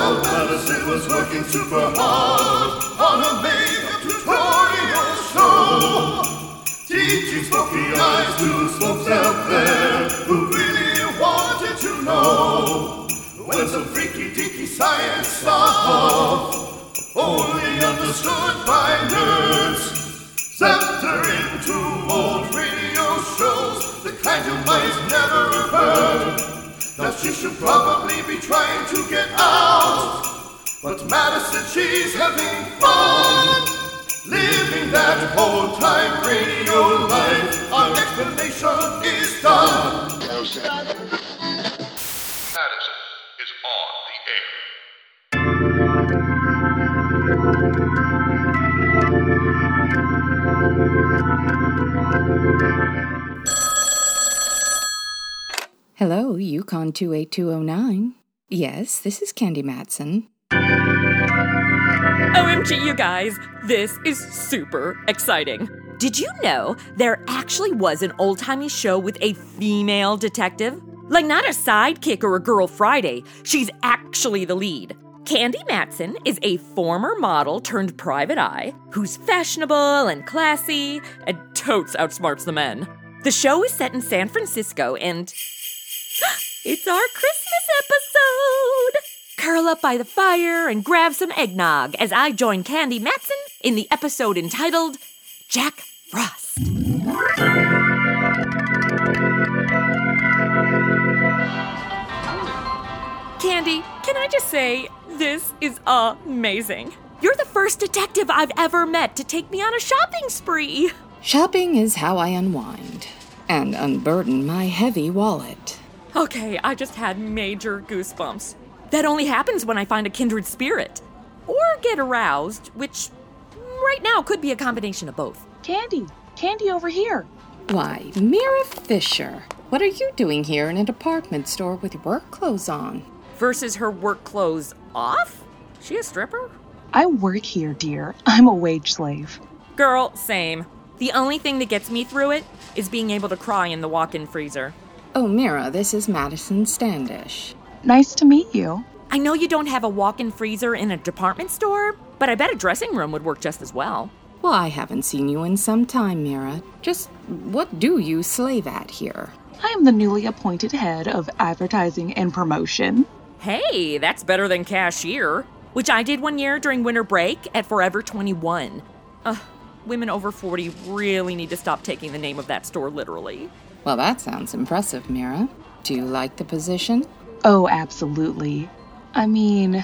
Madison was working super hard on a makeup tutorial show. Teaching smoky eyes to slopes out there who really wanted to know. When some freaky deaky science stuff only understood by nerds. Scepter into old radio shows, the kind you might never have heard. Now she should probably be trying to get out. But Madison, she's having fun. Living that old time radio life, our explanation is done. Madison is on the air. Hello, Yukon 28209. Yes, this is Candy Matson. OMG, you guys, this is super exciting. Did you know there actually was an old timey show with a female detective? Like, not a sidekick or a girl Friday, she's actually the lead. Candy Matson is a former model turned private eye who's fashionable and classy and totes outsmarts the men. The show is set in San Francisco and. It's our Christmas episode! Curl up by the fire and grab some eggnog as I join Candy Matson in the episode entitled Jack Frost. Candy, can I just say, this is amazing. You're the first detective I've ever met to take me on a shopping spree. Shopping is how I unwind and unburden my heavy wallet. Okay, I just had major goosebumps. That only happens when I find a kindred spirit. Or get aroused, which right now could be a combination of both. Candy, Candy over here. Why, Mira Fisher, what are you doing here in a department store with work clothes on? Versus her work clothes off? She a stripper? I work here, dear. I'm a wage slave. Girl, same. The only thing that gets me through it is being able to cry in the walk in freezer. Oh, Mira, this is Madison Standish. Nice to meet you. I know you don't have a walk in freezer in a department store, but I bet a dressing room would work just as well. Well, I haven't seen you in some time, Mira. Just what do you slave at here? I am the newly appointed head of advertising and promotion. Hey, that's better than cashier, which I did one year during winter break at Forever 21. Ugh, women over 40 really need to stop taking the name of that store literally. Well, that sounds impressive, Mira. Do you like the position? Oh, absolutely. I mean,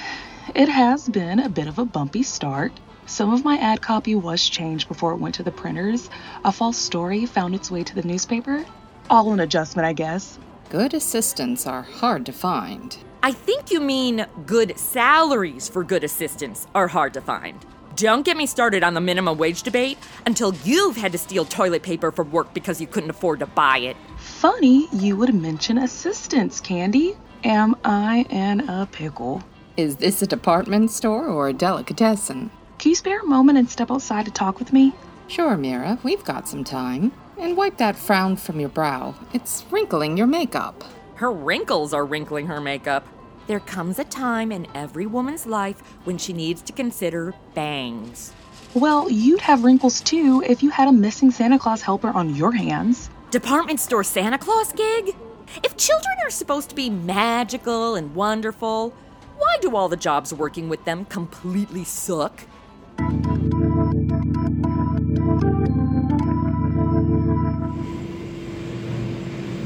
it has been a bit of a bumpy start. Some of my ad copy was changed before it went to the printers. A false story found its way to the newspaper. All an adjustment, I guess. Good assistants are hard to find. I think you mean good salaries for good assistants are hard to find. Don't get me started on the minimum wage debate until you've had to steal toilet paper from work because you couldn't afford to buy it. Funny you would mention assistants, Candy. Am I in a pickle? Is this a department store or a delicatessen? Can you spare a moment and step outside to talk with me? Sure, Mira, we've got some time. And wipe that frown from your brow. It's wrinkling your makeup. Her wrinkles are wrinkling her makeup. There comes a time in every woman's life when she needs to consider bangs. Well, you'd have wrinkles too if you had a missing Santa Claus helper on your hands. Department store Santa Claus gig? If children are supposed to be magical and wonderful, why do all the jobs working with them completely suck?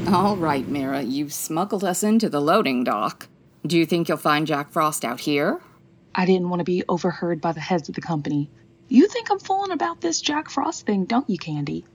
All right, Mira, you've smuggled us into the loading dock. Do you think you'll find Jack Frost out here? I didn't want to be overheard by the heads of the company. You think I'm fooling about this Jack Frost thing, don't you, Candy?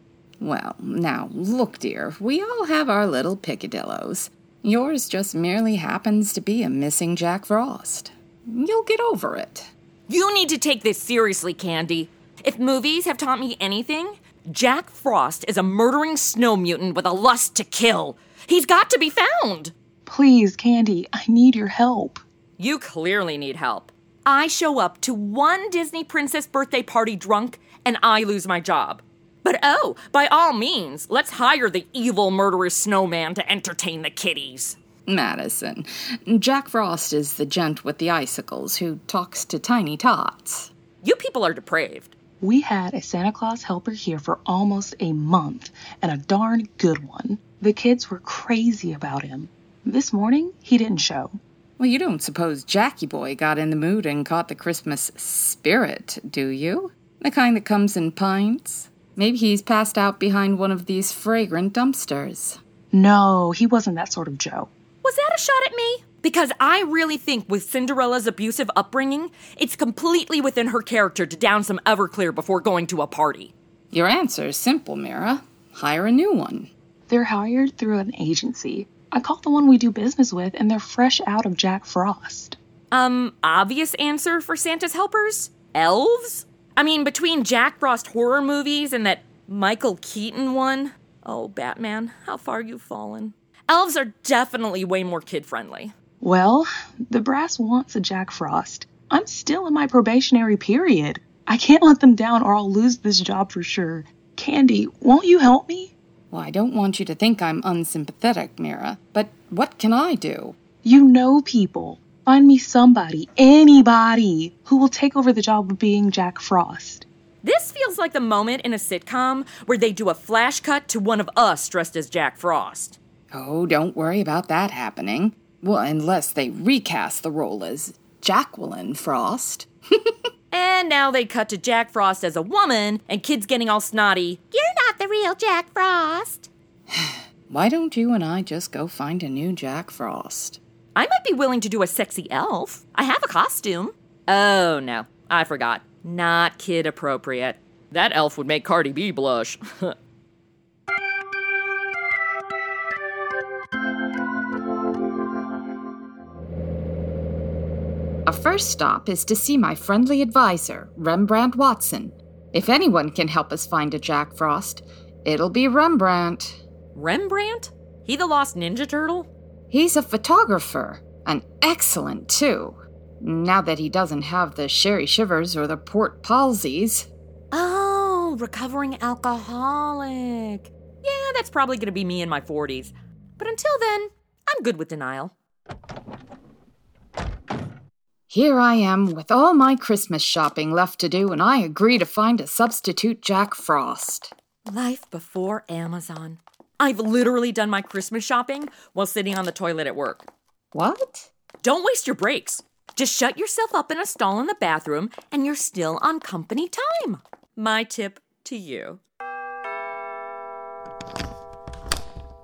Well, now, look, dear, we all have our little picadillos. Yours just merely happens to be a missing Jack Frost. You'll get over it. You need to take this seriously, Candy. If movies have taught me anything, Jack Frost is a murdering snow mutant with a lust to kill. He's got to be found. Please, Candy, I need your help. You clearly need help. I show up to one Disney princess birthday party drunk and I lose my job. But oh, by all means, let's hire the evil murderous snowman to entertain the kiddies. Madison. Jack Frost is the gent with the icicles who talks to tiny tots. You people are depraved. We had a Santa Claus helper here for almost a month, and a darn good one. The kids were crazy about him. This morning, he didn't show. Well, you don't suppose Jackie Boy got in the mood and caught the Christmas spirit, do you? The kind that comes in pints? Maybe he's passed out behind one of these fragrant dumpsters. No, he wasn't that sort of Joe. Was that a shot at me? Because I really think with Cinderella's abusive upbringing, it's completely within her character to down some Everclear before going to a party. Your answer is simple, Mira. Hire a new one. They're hired through an agency. I called the one we do business with, and they're fresh out of Jack Frost. Um, obvious answer for Santa's helpers? Elves? I mean, between Jack Frost horror movies and that Michael Keaton one. Oh, Batman, how far you've fallen. Elves are definitely way more kid friendly. Well, the brass wants a Jack Frost. I'm still in my probationary period. I can't let them down or I'll lose this job for sure. Candy, won't you help me? Well, I don't want you to think I'm unsympathetic, Mira, but what can I do? You know people. Find me somebody, anybody, who will take over the job of being Jack Frost. This feels like the moment in a sitcom where they do a flash cut to one of us dressed as Jack Frost. Oh, don't worry about that happening. Well, unless they recast the role as Jacqueline Frost. And now they cut to Jack Frost as a woman and kids getting all snotty. You're not the real Jack Frost. Why don't you and I just go find a new Jack Frost? I might be willing to do a sexy elf. I have a costume. Oh no, I forgot. Not kid appropriate. That elf would make Cardi B blush. Our first stop is to see my friendly advisor, Rembrandt Watson. If anyone can help us find a Jack Frost, it'll be Rembrandt. Rembrandt? He the lost Ninja Turtle? He's a photographer, an excellent too. Now that he doesn't have the sherry shivers or the port palsies, Oh, recovering alcoholic. Yeah, that's probably going to be me in my 40s. But until then, I'm good with denial. here I am with all my Christmas shopping left to do, and I agree to find a substitute Jack Frost. Life before Amazon. I've literally done my Christmas shopping while sitting on the toilet at work. What? Don't waste your breaks. Just shut yourself up in a stall in the bathroom and you're still on company time. My tip to you.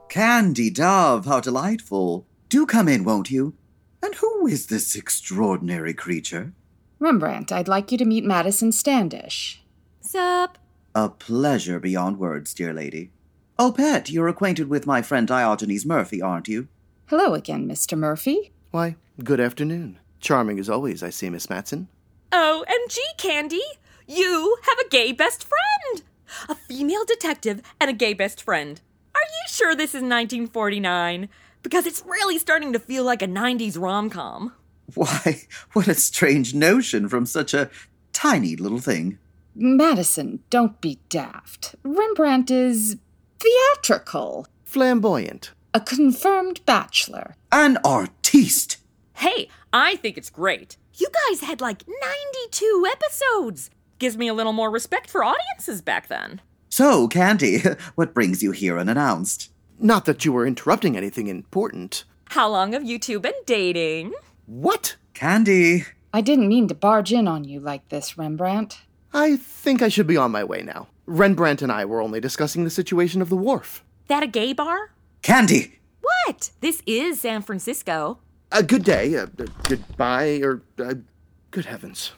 Candy Dove, how delightful. Do come in, won't you? And who is this extraordinary creature? Rembrandt, I'd like you to meet Madison Standish. Sup? A pleasure beyond words, dear lady. Oh, Pet, you're acquainted with my friend Diogenes Murphy, aren't you? Hello again, Mr. Murphy. Why, good afternoon. Charming as always, I see, Miss Matson. OMG, Candy! You have a gay best friend! A female detective and a gay best friend. Are you sure this is 1949? Because it's really starting to feel like a 90s rom com. Why, what a strange notion from such a tiny little thing. Madison, don't be daft. Rembrandt is theatrical, Flamboyant. a confirmed bachelor. An artiste! Hey, I think it's great. You guys had like 92 episodes. Gives me a little more respect for audiences back then. So, Candy, what brings you here unannounced? Not that you were interrupting anything important. How long have you two been dating? What? Candy, I didn't mean to barge in on you like this, Rembrandt. I think I should be on my way now. Rembrandt and I were only discussing the situation of the wharf. That a gay bar? Candy! What? This is San Francisco. A good day, uh, uh, goodbye, or uh, good heavens.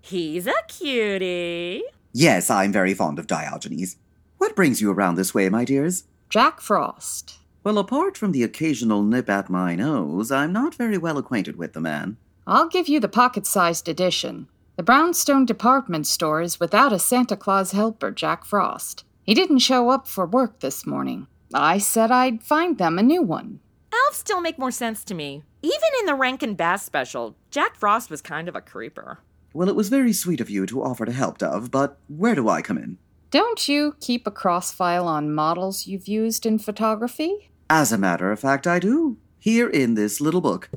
He's a cutie. Yes, I'm very fond of Diogenes. What brings you around this way, my dears? Jack Frost. Well, apart from the occasional nip at my nose, I'm not very well acquainted with the man. I'll give you the pocket sized edition. The Brownstone department store is without a Santa Claus helper, Jack Frost. He didn't show up for work this morning. I said I'd find them a new one. Elves still make more sense to me. Even in the Rankin Bass special, Jack Frost was kind of a creeper. Well, it was very sweet of you to offer to help, Dove, but where do I come in? Don't you keep a cross file on models you've used in photography? As a matter of fact, I do. Here in this little book.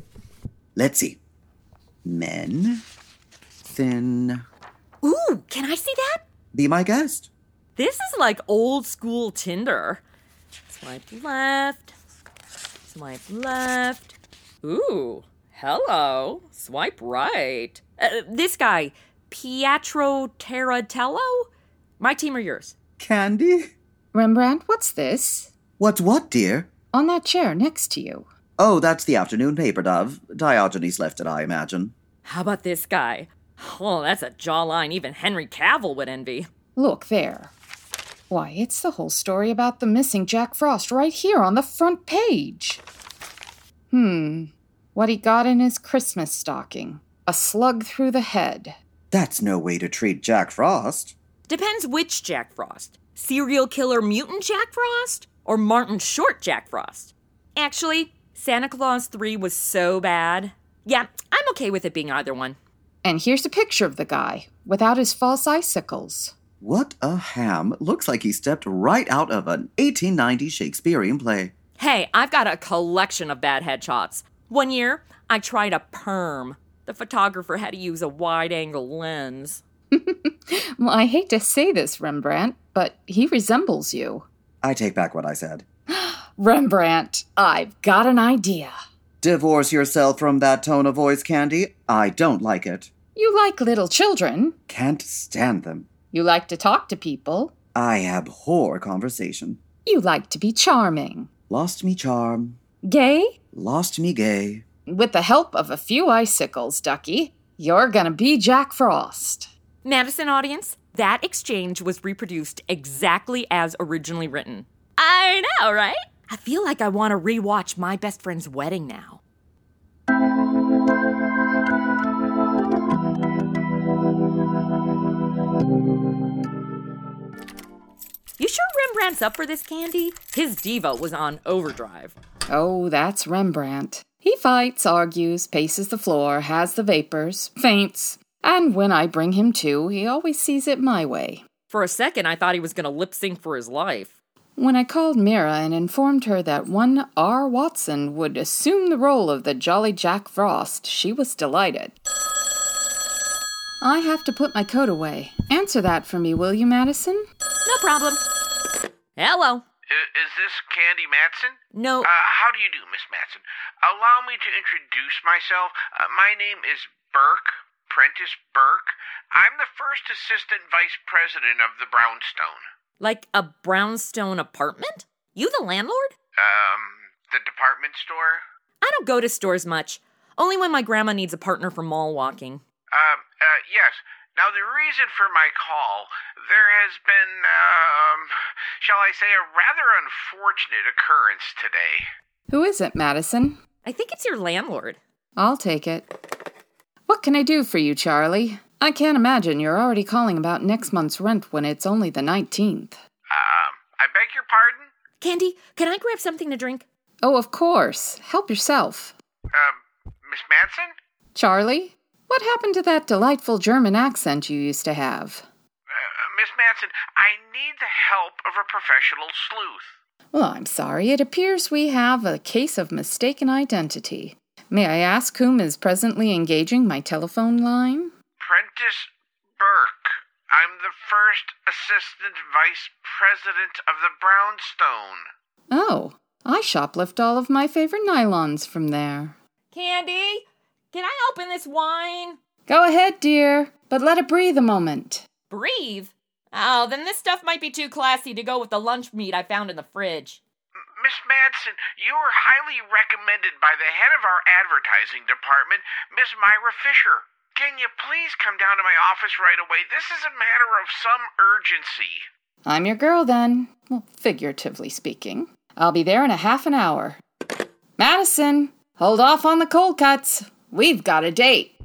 Let's see. Men. Then Ooh, can I see that? be my guest. This is like old school Tinder. Swipe left. Swipe left. Ooh, hello. Swipe right. Uh, this guy, Pietro Taratello? My team or yours? Candy? Rembrandt, what's this? What's what, dear? On that chair next to you. Oh, that's the afternoon paper, Dove. Diogenes left it, I imagine. How about this guy? Oh, that's a jawline even Henry Cavill would envy. Look there. Why, it's the whole story about the missing Jack Frost right here on the front page. Hmm. What he got in his Christmas stocking a slug through the head. That's no way to treat Jack Frost. Depends which Jack Frost. Serial killer mutant Jack Frost or Martin Short Jack Frost? Actually, Santa Claus 3 was so bad. Yeah, I'm okay with it being either one. And here's a picture of the guy without his false icicles. What a ham. Looks like he stepped right out of an 1890 Shakespearean play. Hey, I've got a collection of bad headshots. One year, I tried a perm. The photographer had to use a wide angle lens. Well, I hate to say this, Rembrandt, but he resembles you. I take back what I said. Rembrandt, I've got an idea. Divorce yourself from that tone of voice, Candy. I don't like it. You like little children. Can't stand them. You like to talk to people. I abhor conversation. You like to be charming. Lost me charm. Gay? Lost me gay. With the help of a few icicles, Ducky, you're gonna be Jack Frost. Madison audience, that exchange was reproduced exactly as originally written. I know, right? I feel like I want to rewatch My Best Friend's Wedding now. You sure Rembrandt's up for this candy? His diva was on overdrive. Oh, that's Rembrandt. He fights, argues, paces the floor, has the vapors, faints, and when I bring him to, he always sees it my way. For a second, I thought he was going to lip sync for his life. When I called Mira and informed her that one R. Watson would assume the role of the Jolly Jack Frost, she was delighted. I have to put my coat away. Answer that for me, will you, Madison? No problem. Hello. I- Is this Candy Matson? No. Uh, how do you do, Miss Matson? Allow me to introduce myself. Uh, my name is Burke, Prentice Burke. I'm the first assistant vice president of the Brownstone. Like a brownstone apartment? You the landlord? Um, the department store? I don't go to stores much, only when my grandma needs a partner for mall walking. Um, uh, yes. Now, the reason for my call, there has been, um, shall I say, a rather unfortunate occurrence today. Who is it, Madison? I think it's your landlord. I'll take it. What can I do for you, Charlie? I can't imagine you're already calling about next month's rent when it's only the 19th. Um, I beg your pardon? Candy, can I grab something to drink? Oh, of course. Help yourself. Um, Miss Matson? Charlie, what happened to that delightful German accent you used to have? Uh, Miss Matson, I need the help of a professional sleuth. Well, I'm sorry. It appears we have a case of mistaken identity. May I ask whom is presently engaging my telephone line? Prentice Burke. I'm the first assistant vice president of the Brownstone. Oh, I shoplift all of my favorite nylons from there. Candy, can I open this wine? Go ahead, dear, but let it breathe a moment. Breathe. Oh, then this stuff might be too classy to go with the lunch meat I found in the fridge. M- Miss Matson, you are highly recommended by the head of our advertising department, Miss Myra Fisher. Can you please come down to my office right away? This is a matter of some urgency. I'm your girl then. Well, figuratively speaking. I'll be there in a half an hour. Madison, hold off on the cold cuts. We've got a date.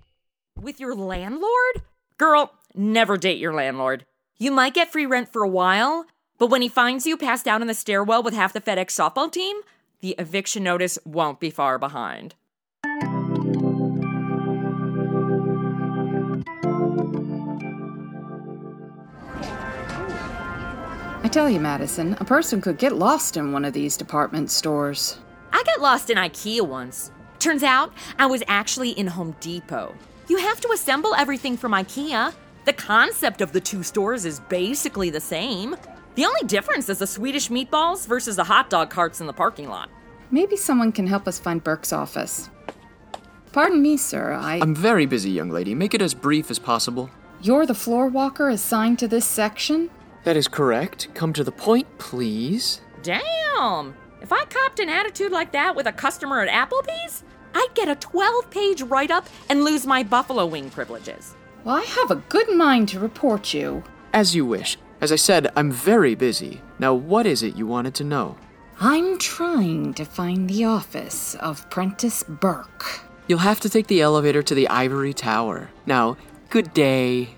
With your landlord? Girl, never date your landlord. You might get free rent for a while, but when he finds you passed out in the stairwell with half the FedEx softball team, the eviction notice won't be far behind. I tell you, Madison, a person could get lost in one of these department stores. I got lost in IKEA once. Turns out I was actually in Home Depot. You have to assemble everything from IKEA. The concept of the two stores is basically the same. The only difference is the Swedish meatballs versus the hot dog carts in the parking lot. Maybe someone can help us find Burke's office. Pardon me, sir. I. I'm very busy, young lady. Make it as brief as possible. You're the floor walker assigned to this section? That is correct. Come to the point, please. Damn! If I copped an attitude like that with a customer at Applebee's, I'd get a 12 page write up and lose my buffalo wing privileges. Well, I have a good mind to report you. As you wish. As I said, I'm very busy. Now, what is it you wanted to know? I'm trying to find the office of Prentice Burke. You'll have to take the elevator to the Ivory Tower. Now, good day.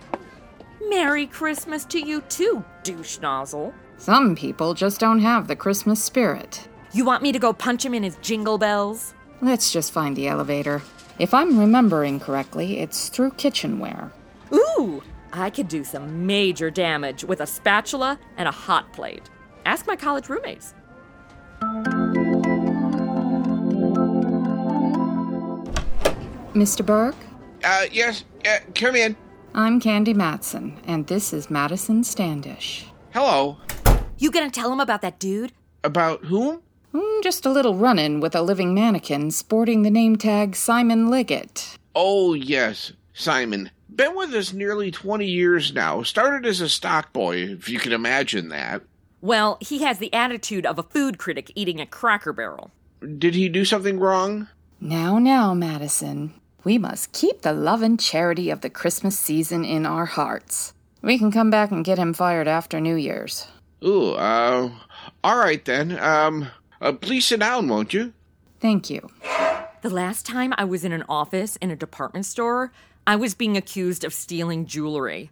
Merry Christmas to you too, douche nozzle. Some people just don't have the Christmas spirit. You want me to go punch him in his jingle bells? Let's just find the elevator. If I'm remembering correctly, it's through kitchenware. Ooh, I could do some major damage with a spatula and a hot plate. Ask my college roommates. Mr. Burke, Uh, yes, uh, come in. I'm Candy Matson, and this is Madison Standish. Hello. You gonna tell him about that dude? About whom? Mm, Just a little run in with a living mannequin sporting the name tag Simon Liggett. Oh, yes, Simon. Been with us nearly 20 years now. Started as a stock boy, if you can imagine that. Well, he has the attitude of a food critic eating a cracker barrel. Did he do something wrong? Now, now, Madison, we must keep the love and charity of the Christmas season in our hearts. We can come back and get him fired after New Year's. Ooh, uh, all right then. Um, uh, please sit down, won't you? Thank you. The last time I was in an office in a department store, I was being accused of stealing jewelry.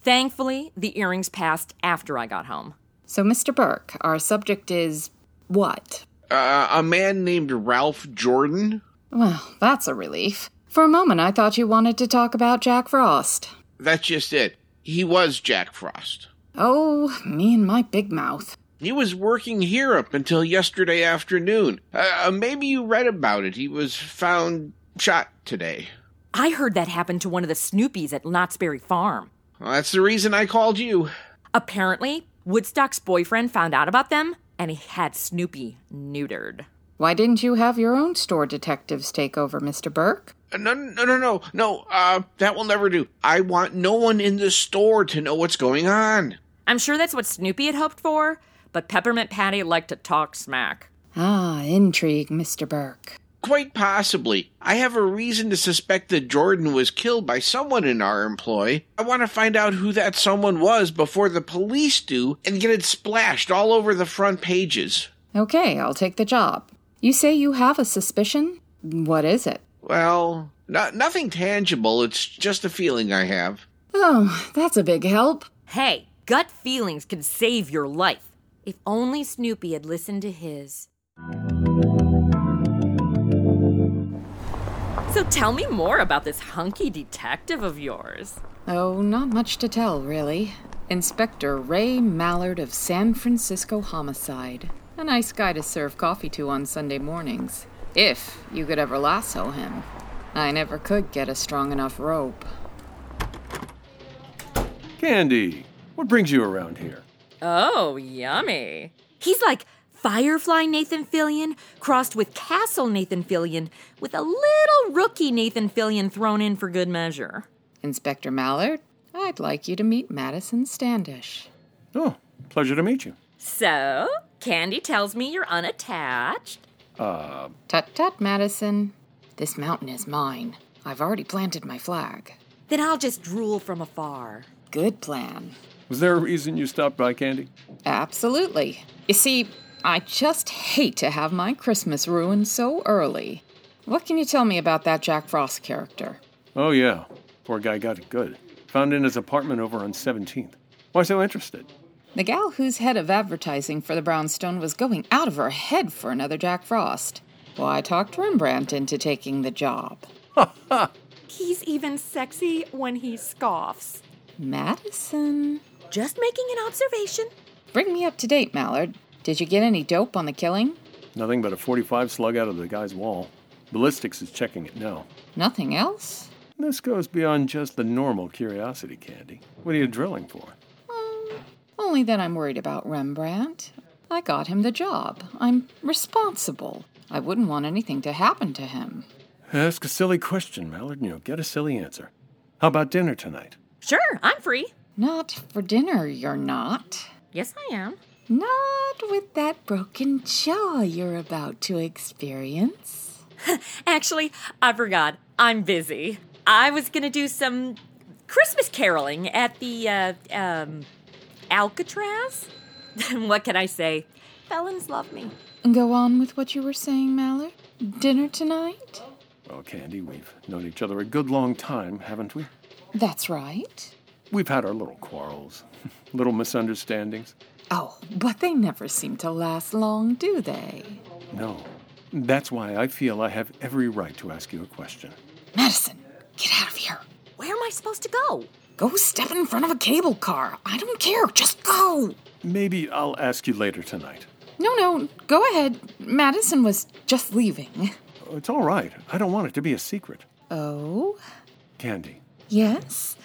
Thankfully, the earrings passed after I got home. So, Mr. Burke, our subject is what? Uh, a man named Ralph Jordan? Well, that's a relief. For a moment, I thought you wanted to talk about Jack Frost. That's just it. He was Jack Frost. Oh, me and my big mouth. He was working here up until yesterday afternoon. Uh, uh, maybe you read about it. He was found shot today. I heard that happened to one of the Snoopies at Knott's Berry Farm. Well, that's the reason I called you. Apparently, Woodstock's boyfriend found out about them and he had Snoopy neutered. Why didn't you have your own store detectives take over, Mr. Burke? Uh, No, no, no, no, no. Uh, that will never do. I want no one in the store to know what's going on. I'm sure that's what Snoopy had hoped for, but Peppermint Patty liked to talk smack. Ah, intrigue, Mr. Burke. Quite possibly. I have a reason to suspect that Jordan was killed by someone in our employ. I want to find out who that someone was before the police do and get it splashed all over the front pages. Okay, I'll take the job. You say you have a suspicion? What is it? Well, no, nothing tangible. It's just a feeling I have. Oh, that's a big help. Hey, gut feelings can save your life. If only Snoopy had listened to his. So tell me more about this hunky detective of yours. Oh, not much to tell, really. Inspector Ray Mallard of San Francisco Homicide. A nice guy to serve coffee to on Sunday mornings, if you could ever lasso him. I never could get a strong enough rope. Candy, what brings you around here? Oh, yummy. He's like Firefly Nathan Fillion crossed with Castle Nathan Fillion with a little rookie Nathan Fillion thrown in for good measure. Inspector Mallard, I'd like you to meet Madison Standish. Oh, pleasure to meet you. So, Candy tells me you're unattached. Uh, Tut tut, Madison. This mountain is mine. I've already planted my flag. Then I'll just drool from afar. Good plan. was there a reason you stopped by, Candy? Absolutely. You see, I just hate to have my Christmas ruined so early. What can you tell me about that Jack Frost character? Oh, yeah. Poor guy got it good. Found in his apartment over on 17th. Why so interested? The gal who's head of advertising for the Brownstone was going out of her head for another Jack Frost. Well, I talked Rembrandt into taking the job. He's even sexy when he scoffs. Madison. Just making an observation. Bring me up to date, Mallard. Did you get any dope on the killing? Nothing but a 45 slug out of the guy's wall. Ballistics is checking it now. Nothing else? This goes beyond just the normal curiosity candy. What are you drilling for? Only that I'm worried about Rembrandt. I got him the job. I'm responsible. I wouldn't want anything to happen to him. Ask a silly question, Mallard, and you'll get a silly answer. How about dinner tonight? Sure, I'm free. Not for dinner, you're not. Yes, I am. Not with that broken jaw you're about to experience. Actually, I forgot. I'm busy. I was gonna do some Christmas caroling at the uh, um, Alcatraz. what can I say? Felons love me. Go on with what you were saying, Mallard. Dinner tonight? Well, Oh, Candy, we've known each other a good long time, haven't we? That's right. We've had our little quarrels, little misunderstandings. Oh, but they never seem to last long, do they? No. That's why I feel I have every right to ask you a question. Madison, get out of here. Where am I supposed to go? Go step in front of a cable car. I don't care. Just go. Maybe I'll ask you later tonight. No, no. Go ahead. Madison was just leaving. Oh, It's all right. I don't want it to be a secret. Oh? Candy, Yes?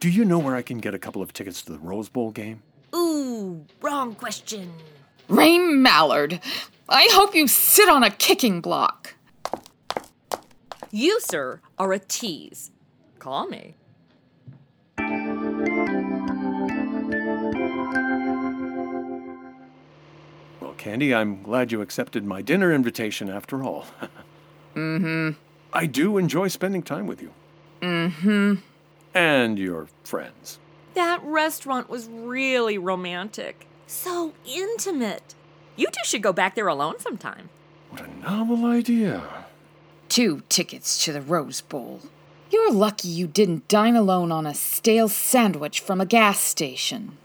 do you know where I can get a couple of tickets to the Rose Bowl game? Ooh, wrong question. Rain Mallard, I hope you sit on a kicking block. You, sir, are a tease. Call me. Well, Candy, I'm glad you accepted my dinner invitation after all. Mm I do enjoy spending time with you hmm. Mm hmm. and your friends. Mm-hmm. That restaurant was really romantic. So intimate. You two should go back there alone sometime. Novel idea. Two tickets to the Rose Bowl. You're lucky you didn't dine alone on a stale sandwich from a gas station.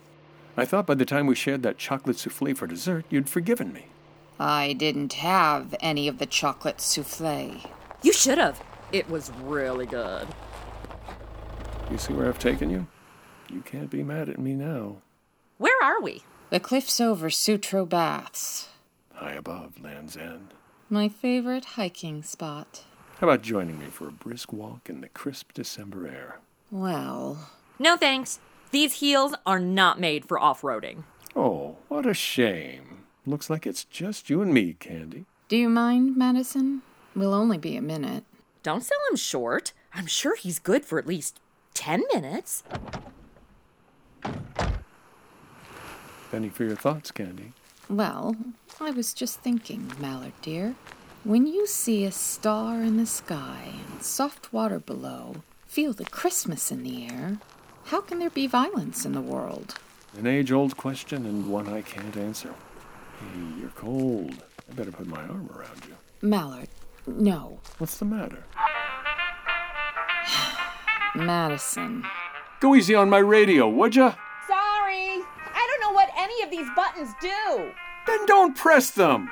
I thought by the time we shared that chocolate souffle for dessert, you'd forgiven me. I didn't have any of the chocolate souffle. You should have. It was really good. You see where I've taken you? You can't be mad at me now. Where are we? The cliffs over Sutro Baths. High above Land's End. My favorite hiking spot. How about joining me for a brisk walk in the crisp December air? Well. No thanks. These heels are not made for off roading. Oh, what a shame. Looks like it's just you and me, Candy. Do you mind, Madison? We'll only be a minute. Don't sell him short. I'm sure he's good for at least 10 minutes. Penny for your thoughts, Candy. Well, I was just thinking, Mallard dear. When you see a star in the sky and soft water below, feel the Christmas in the air, how can there be violence in the world? An age old question and one I can't answer. Hey, you're cold. I better put my arm around you. Mallard, no. What's the matter? Madison. Go easy on my radio, would ya? Sorry, I don't know what any of these buttons do. Then don't press them!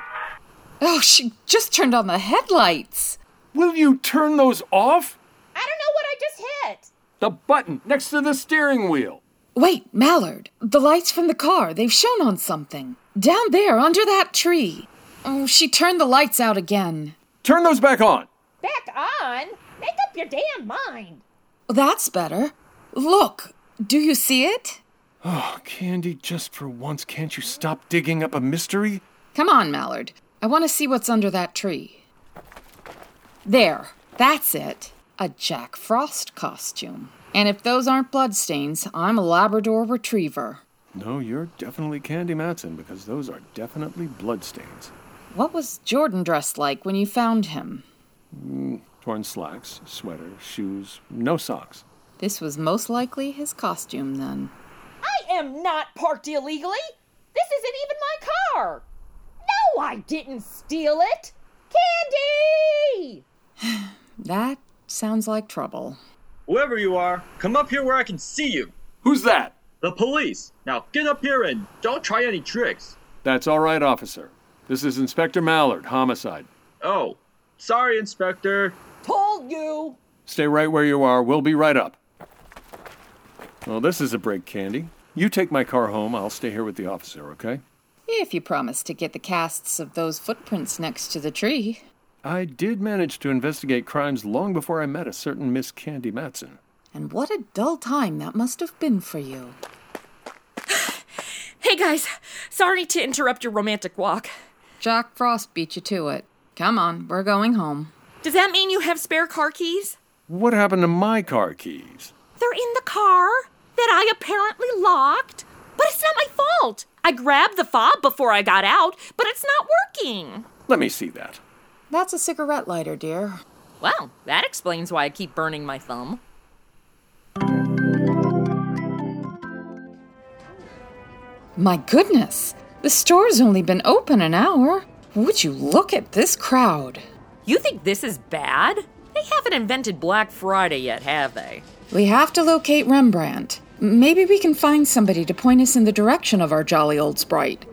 Oh, she just turned on the headlights! Will you turn those off? I don't know what I just hit. The button next to the steering wheel. Wait, Mallard, the lights from the car, they've shown on something. Down there, under that tree. Oh, she turned the lights out again. Turn those back on! Back on? Make up your damn mind. That's better. Look, do you see it? Oh, Candy, just for once, can't you stop digging up a mystery? Come on, Mallard. I want to see what's under that tree. There, that's it. A Jack Frost costume. And if those aren't bloodstains, I'm a Labrador Retriever. No, you're definitely Candy Matson because those are definitely bloodstains. What was Jordan dressed like when you found him? Mm, torn slacks, sweater, shoes, no socks. This was most likely his costume then. I am not parked illegally. This isn't even my car. No, I didn't steal it. Candy! That sounds like trouble. Whoever you are, come up here where I can see you. Who's that? The police. Now get up here and don't try any tricks. That's all right, officer. This is Inspector Mallard, homicide. Oh, sorry, Inspector. Told you. Stay right where you are. We'll be right up. Well, this is a break, Candy. You take my car home. I'll stay here with the officer, okay? If you promise to get the casts of those footprints next to the tree. I did manage to investigate crimes long before I met a certain Miss Candy Matson. And what a dull time that must have been for you. Hey guys, sorry to interrupt your romantic walk. Jack Frost beat you to it. Come on, we're going home. Does that mean you have spare car keys? What happened to my car keys? They're in the car that I apparently locked. But it's not my fault. I grabbed the fob before I got out, but it's not working. Let me see that. That's a cigarette lighter, dear. Well, that explains why I keep burning my thumb. My goodness, the store's only been open an hour. Would you look at this crowd? You think this is bad? They haven't invented Black Friday yet, have they? We have to locate Rembrandt. Maybe we can find somebody to point us in the direction of our jolly old sprite.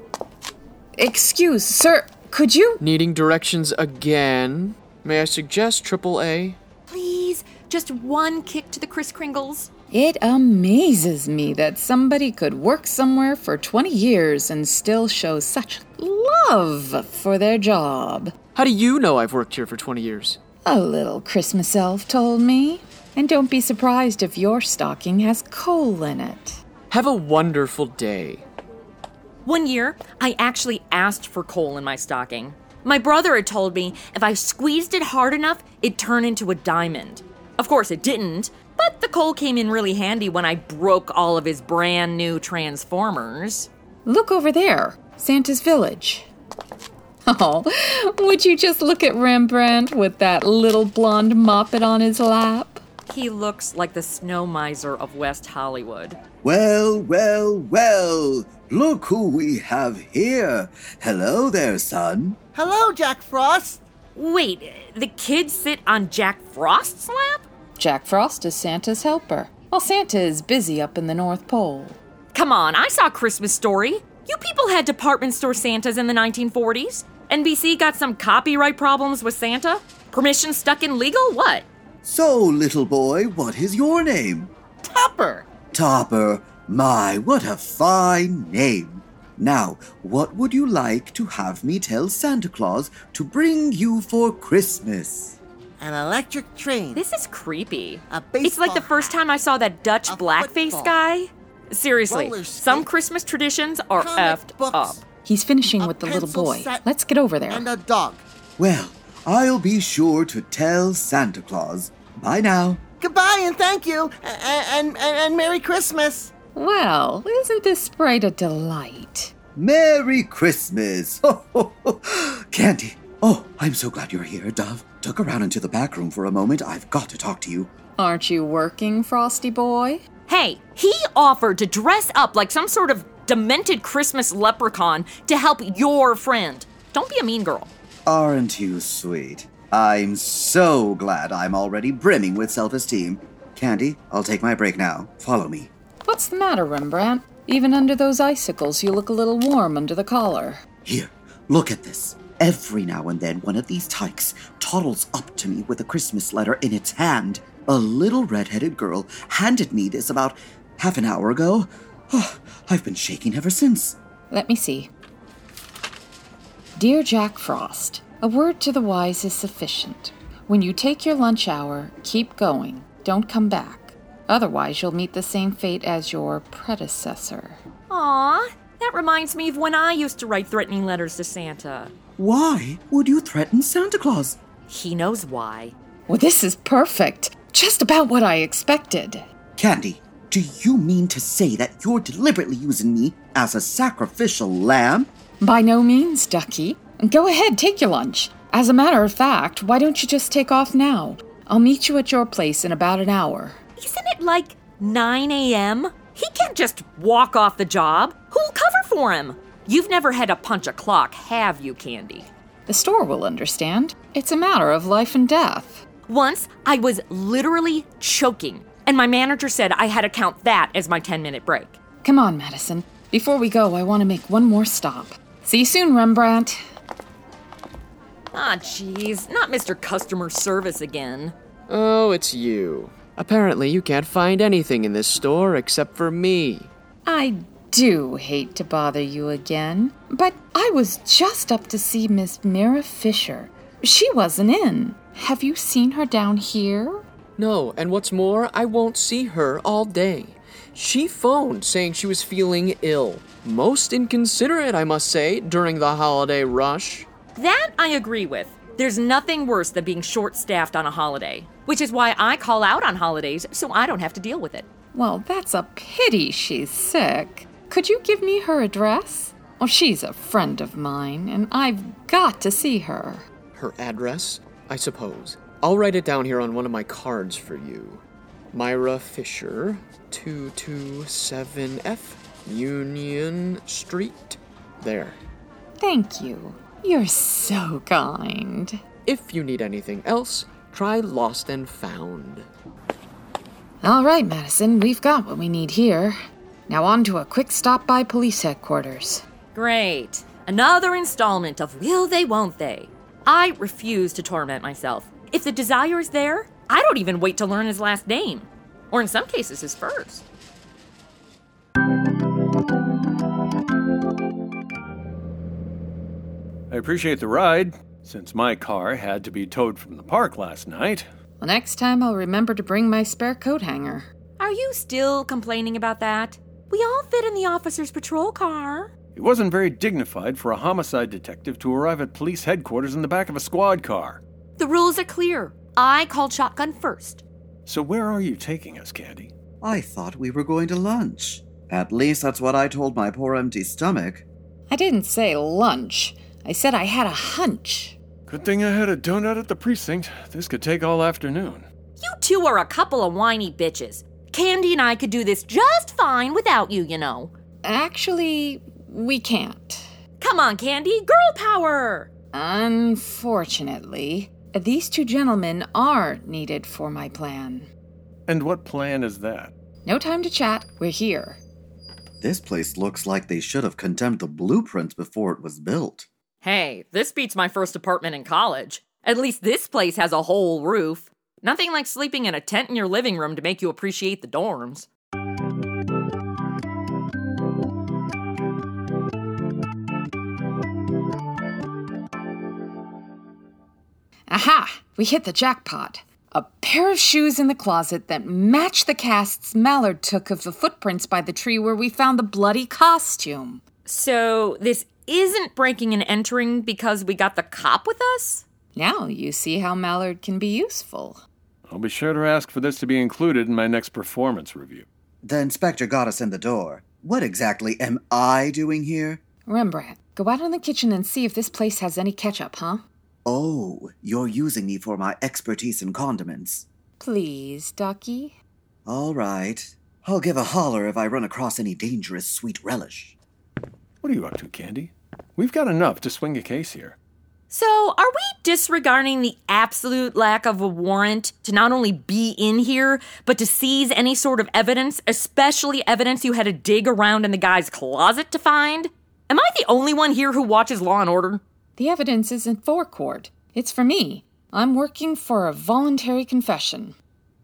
Excuse, sir, could you? Needing directions again? May I suggest triple A? Please, just one kick to the Kris Kringles. It amazes me that somebody could work somewhere for 20 years and still show such love for their job. How do you know I've worked here for 20 years? A little Christmas elf told me. And don't be surprised if your stocking has coal in it. Have a wonderful day. One year, I actually asked for coal in my stocking. My brother had told me if I squeezed it hard enough, it'd turn into a diamond. Of course, it didn't, but the coal came in really handy when I broke all of his brand new Transformers. Look over there, Santa's Village. Oh, would you just look at Rembrandt with that little blonde moppet on his lap? He looks like the snow miser of West Hollywood. Well, well, well. Look who we have here. Hello there, son. Hello, Jack Frost. Wait, the kids sit on Jack Frost's lap? Jack Frost is Santa's helper, while Santa is busy up in the North Pole. Come on, I saw Christmas Story. You people had department store Santas in the 1940s. NBC got some copyright problems with Santa? Permission stuck in legal? What? So, little boy, what is your name? Topper. Topper, my, what a fine name. Now, what would you like to have me tell Santa Claus to bring you for Christmas? An electric train. This is creepy. A It's like the first time I saw that Dutch blackface football. guy. Seriously, Roller some Christmas traditions are Comic effed up. He's finishing with the little pencil boy. set Let's get over there. and a dog. Well, I'll be sure to tell Santa Claus. Bye now. Goodbye and thank you, a- a- and and, and Merry Christmas. Well, isn't this sprite a delight? Merry Christmas! Ho, ho, ho. Candy! Oh, I'm so glad you're here, Dove. Tuck around into the back room for a moment. I've got to talk to you. Aren't you working, Frosty Boy? Hey, he offered to dress up like some sort of demented Christmas leprechaun to help your friend. Don't be a mean girl. Aren't you sweet? I'm so glad I'm already brimming with self esteem. Candy, I'll take my break now. Follow me. What's the matter, Rembrandt? Even under those icicles, you look a little warm under the collar. Here, look at this. Every now and then, one of these tykes toddles up to me with a Christmas letter in its hand. A little red-headed girl handed me this about half an hour ago. Oh, I've been shaking ever since. Let me see. Dear Jack Frost, a word to the wise is sufficient. When you take your lunch hour, keep going. Don't come back. Otherwise, you'll meet the same fate as your predecessor. Aw, that reminds me of when I used to write threatening letters to Santa. Why would you threaten Santa Claus? He knows why. Well, this is perfect. Just about what I expected. Candy, do you mean to say that you're deliberately using me as a sacrificial lamb? By no means, Ducky. Go ahead, take your lunch. As a matter of fact, why don't you just take off now? I'll meet you at your place in about an hour. Isn't it like 9 a.m.? He can't just walk off the job. Who'll cover for him? You've never had to punch a clock, have you, Candy? The store will understand. It's a matter of life and death. Once I was literally choking, and my manager said I had to count that as my 10 minute break. Come on, Madison. Before we go, I want to make one more stop. See you soon, Rembrandt. Ah, jeez, not Mr. Customer Service again. Oh, it's you. Apparently, you can't find anything in this store except for me. I do hate to bother you again, but I was just up to see Miss Mira Fisher. She wasn't in. Have you seen her down here? No, and what's more, I won't see her all day. She phoned saying she was feeling ill. Most inconsiderate, I must say, during the holiday rush. That I agree with. There's nothing worse than being short staffed on a holiday, which is why I call out on holidays so I don't have to deal with it. Well, that's a pity she's sick. Could you give me her address? Oh, she's a friend of mine, and I've got to see her. Her address, I suppose. I'll write it down here on one of my cards for you. Myra Fisher, 227F, Union Street. There. Thank you. You're so kind. If you need anything else, try Lost and Found. All right, Madison, we've got what we need here. Now on to a quick stop by police headquarters. Great. Another installment of Will They Won't They. I refuse to torment myself. If the desire is there, I don't even wait to learn his last name, or in some cases, his first. I appreciate the ride, since my car had to be towed from the park last night. Well, next time I'll remember to bring my spare coat hanger. Are you still complaining about that? We all fit in the officer's patrol car. It wasn't very dignified for a homicide detective to arrive at police headquarters in the back of a squad car. The rules are clear. I called shotgun first. So, where are you taking us, Candy? I thought we were going to lunch. At least that's what I told my poor empty stomach. I didn't say lunch. I said I had a hunch. Good thing I had a donut at the precinct. This could take all afternoon. You two are a couple of whiny bitches. Candy and I could do this just fine without you, you know. Actually, we can't. Come on, Candy, girl power! Unfortunately, these two gentlemen are needed for my plan. And what plan is that? No time to chat. We're here. This place looks like they should have condemned the blueprints before it was built. Hey, this beats my first apartment in college. At least this place has a whole roof. Nothing like sleeping in a tent in your living room to make you appreciate the dorms. Aha! We hit the jackpot. A pair of shoes in the closet that match the casts Mallard took of the footprints by the tree where we found the bloody costume. So, this isn't breaking and entering because we got the cop with us? Now you see how Mallard can be useful. I'll be sure to ask for this to be included in my next performance review. The inspector got us in the door. What exactly am I doing here? Rembrandt, go out in the kitchen and see if this place has any ketchup, huh? Oh, you're using me for my expertise in condiments. Please, Ducky. All right. I'll give a holler if I run across any dangerous sweet relish. What are you up to, Candy? We've got enough to swing a case here. So, are we disregarding the absolute lack of a warrant to not only be in here, but to seize any sort of evidence, especially evidence you had to dig around in the guy's closet to find? Am I the only one here who watches Law and Order? The evidence isn't for court. It's for me. I'm working for a voluntary confession.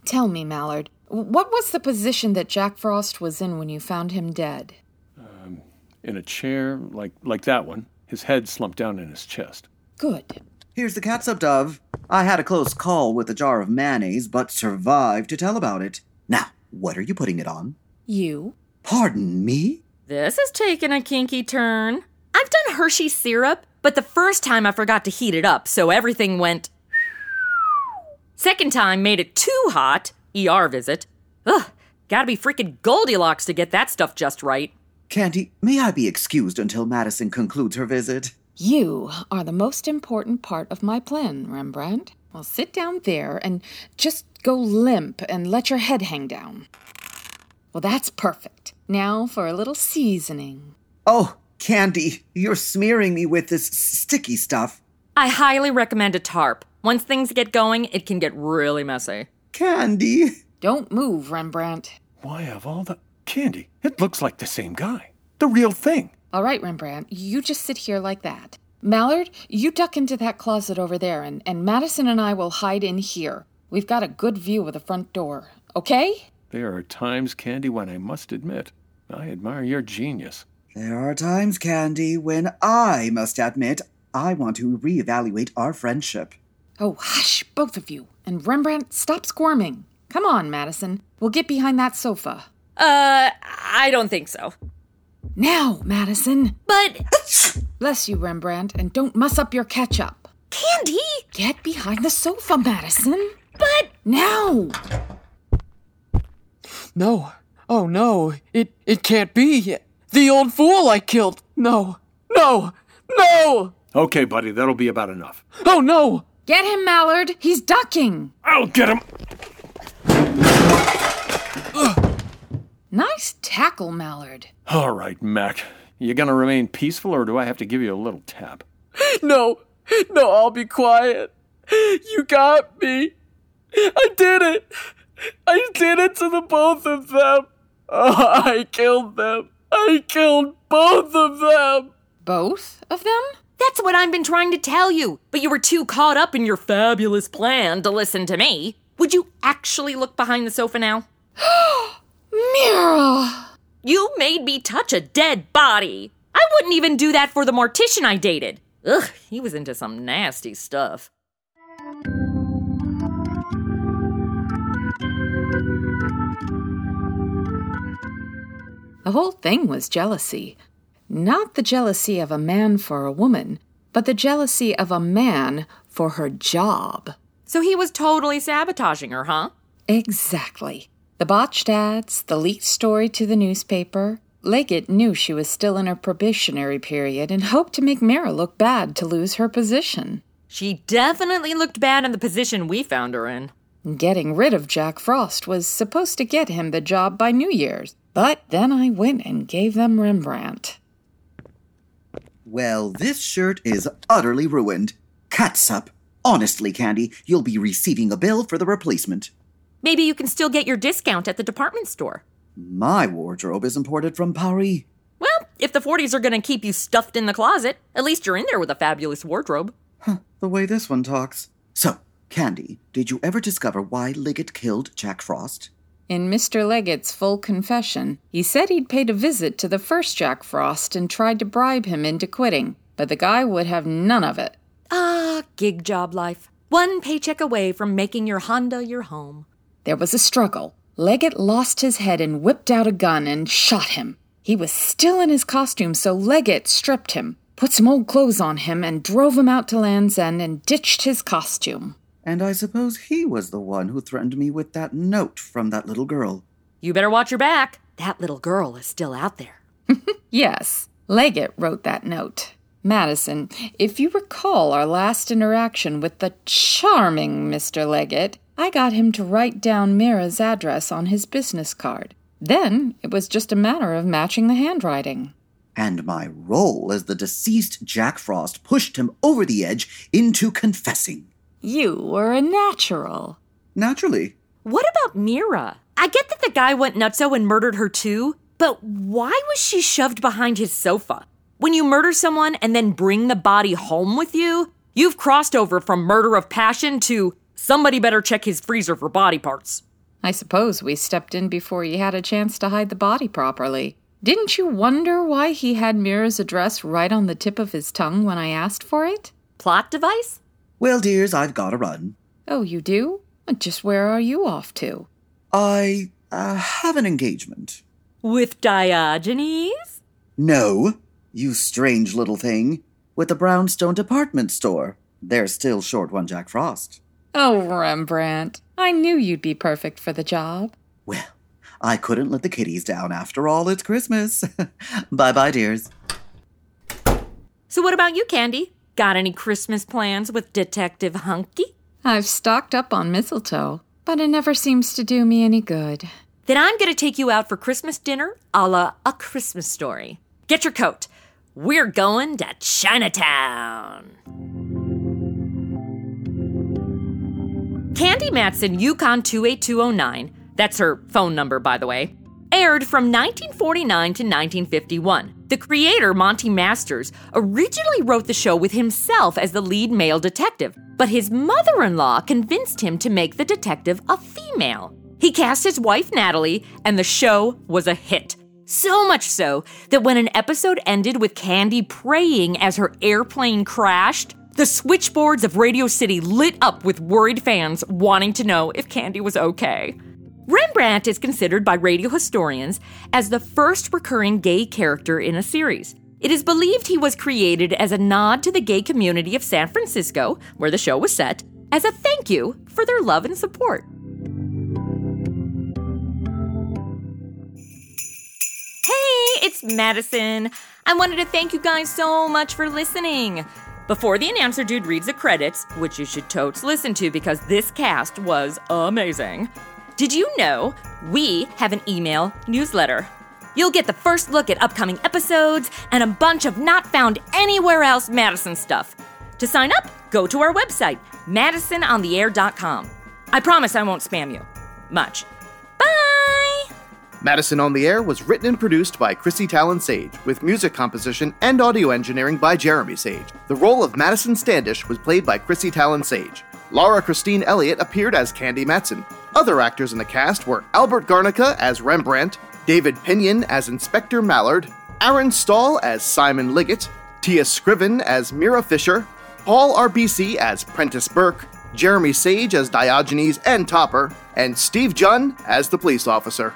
Tell me, Mallard, what was the position that Jack Frost was in when you found him dead? Um, in a chair like like that one, his head slumped down in his chest. Good. Here's the catsup dove. I had a close call with a jar of mayonnaise, but survived to tell about it. Now, what are you putting it on? You? Pardon me? This is taking a kinky turn. I've done Hershey syrup, but the first time I forgot to heat it up, so everything went. Second time made it too hot. ER visit. Ugh, gotta be freaking Goldilocks to get that stuff just right. Candy, may I be excused until Madison concludes her visit? You are the most important part of my plan, Rembrandt. Well, sit down there and just go limp and let your head hang down. Well, that's perfect. Now for a little seasoning. Oh, Candy, you're smearing me with this s- sticky stuff. I highly recommend a tarp. Once things get going, it can get really messy. Candy. Don't move, Rembrandt. Why of all the Candy? It looks like the same guy. The real thing. All right, Rembrandt, you just sit here like that. Mallard, you duck into that closet over there, and, and Madison and I will hide in here. We've got a good view of the front door, okay? There are times, Candy, when I must admit I admire your genius. There are times, Candy, when I must admit I want to reevaluate our friendship. Oh, hush, both of you. And Rembrandt, stop squirming. Come on, Madison. We'll get behind that sofa. Uh, I don't think so. Now, Madison. But. Bless you, Rembrandt, and don't muss up your ketchup. Candy! Get behind the sofa, Madison. But. Now! No. Oh no. It it can't be. The old fool I killed. No. No. No. Okay, buddy, that'll be about enough. Oh no. Get him, Mallard. He's ducking. I'll get him. Nice tackle, Mallard. All right, Mac. You gonna remain peaceful, or do I have to give you a little tap? No. No, I'll be quiet. You got me. I did it. I did it to the both of them. Oh, I killed them. I killed both of them. Both of them? That's what I've been trying to tell you, but you were too caught up in your fabulous plan to listen to me. Would you actually look behind the sofa now? Muriel! You made me touch a dead body. I wouldn't even do that for the mortician I dated. Ugh, he was into some nasty stuff. The whole thing was jealousy. Not the jealousy of a man for a woman, but the jealousy of a man for her job. So he was totally sabotaging her, huh? Exactly. The botched ads, the leaked story to the newspaper. Leggett knew she was still in her probationary period and hoped to make Mira look bad to lose her position. She definitely looked bad in the position we found her in. Getting rid of Jack Frost was supposed to get him the job by New Year's, but then I went and gave them Rembrandt. Well, this shirt is utterly ruined. Catsup. Honestly, Candy, you'll be receiving a bill for the replacement. Maybe you can still get your discount at the department store. My wardrobe is imported from Paris. Well, if the 40s are going to keep you stuffed in the closet, at least you're in there with a fabulous wardrobe. Huh, the way this one talks. So, Candy, did you ever discover why Liggett killed Jack Frost? In Mr. Leggett's full confession, he said he'd paid a visit to the first Jack Frost and tried to bribe him into quitting, but the guy would have none of it. Ah, gig job life. One paycheck away from making your Honda your home. There was a struggle. Leggett lost his head and whipped out a gun and shot him. He was still in his costume, so Leggett stripped him, put some old clothes on him, and drove him out to Land's End and ditched his costume. And I suppose he was the one who threatened me with that note from that little girl. You better watch your back. That little girl is still out there. yes, Leggett wrote that note. Madison, if you recall our last interaction with the charming Mr. Leggett, I got him to write down Mira's address on his business card. Then it was just a matter of matching the handwriting. And my role as the deceased Jack Frost pushed him over the edge into confessing. You were a natural. Naturally. What about Mira? I get that the guy went nutso and murdered her too, but why was she shoved behind his sofa? When you murder someone and then bring the body home with you, you've crossed over from murder of passion to Somebody better check his freezer for body parts. I suppose we stepped in before he had a chance to hide the body properly. Didn't you wonder why he had Mira's address right on the tip of his tongue when I asked for it? Plot device? Well, dears, I've got to run. Oh, you do? Just where are you off to? I uh, have an engagement. With Diogenes? No, you strange little thing. With the Brownstone department store. They're still short one Jack Frost. Oh, Rembrandt, I knew you'd be perfect for the job. Well, I couldn't let the kiddies down. After all, it's Christmas. bye bye, dears. So, what about you, Candy? Got any Christmas plans with Detective Hunky? I've stocked up on mistletoe, but it never seems to do me any good. Then I'm going to take you out for Christmas dinner a la A Christmas Story. Get your coat. We're going to Chinatown. Candy Matson Yukon 28209, that's her phone number, by the way, aired from 1949 to 1951. The creator, Monty Masters, originally wrote the show with himself as the lead male detective, but his mother in law convinced him to make the detective a female. He cast his wife, Natalie, and the show was a hit. So much so that when an episode ended with Candy praying as her airplane crashed, the switchboards of Radio City lit up with worried fans wanting to know if Candy was okay. Rembrandt is considered by radio historians as the first recurring gay character in a series. It is believed he was created as a nod to the gay community of San Francisco, where the show was set, as a thank you for their love and support. Hey, it's Madison. I wanted to thank you guys so much for listening. Before the announcer dude reads the credits, which you should totes listen to because this cast was amazing, did you know we have an email newsletter? You'll get the first look at upcoming episodes and a bunch of not found anywhere else Madison stuff. To sign up, go to our website, madisonontheair.com. I promise I won't spam you. Much. Madison on the Air was written and produced by Chrissy Talon Sage, with music composition and audio engineering by Jeremy Sage. The role of Madison Standish was played by Chrissy Talon Sage. Laura Christine Elliott appeared as Candy Matson. Other actors in the cast were Albert Garnica as Rembrandt, David Pinion as Inspector Mallard, Aaron Stahl as Simon Liggett, Tia Scriven as Mira Fisher, Paul RBC as Prentice Burke, Jeremy Sage as Diogenes and Topper, and Steve Junn as the police officer.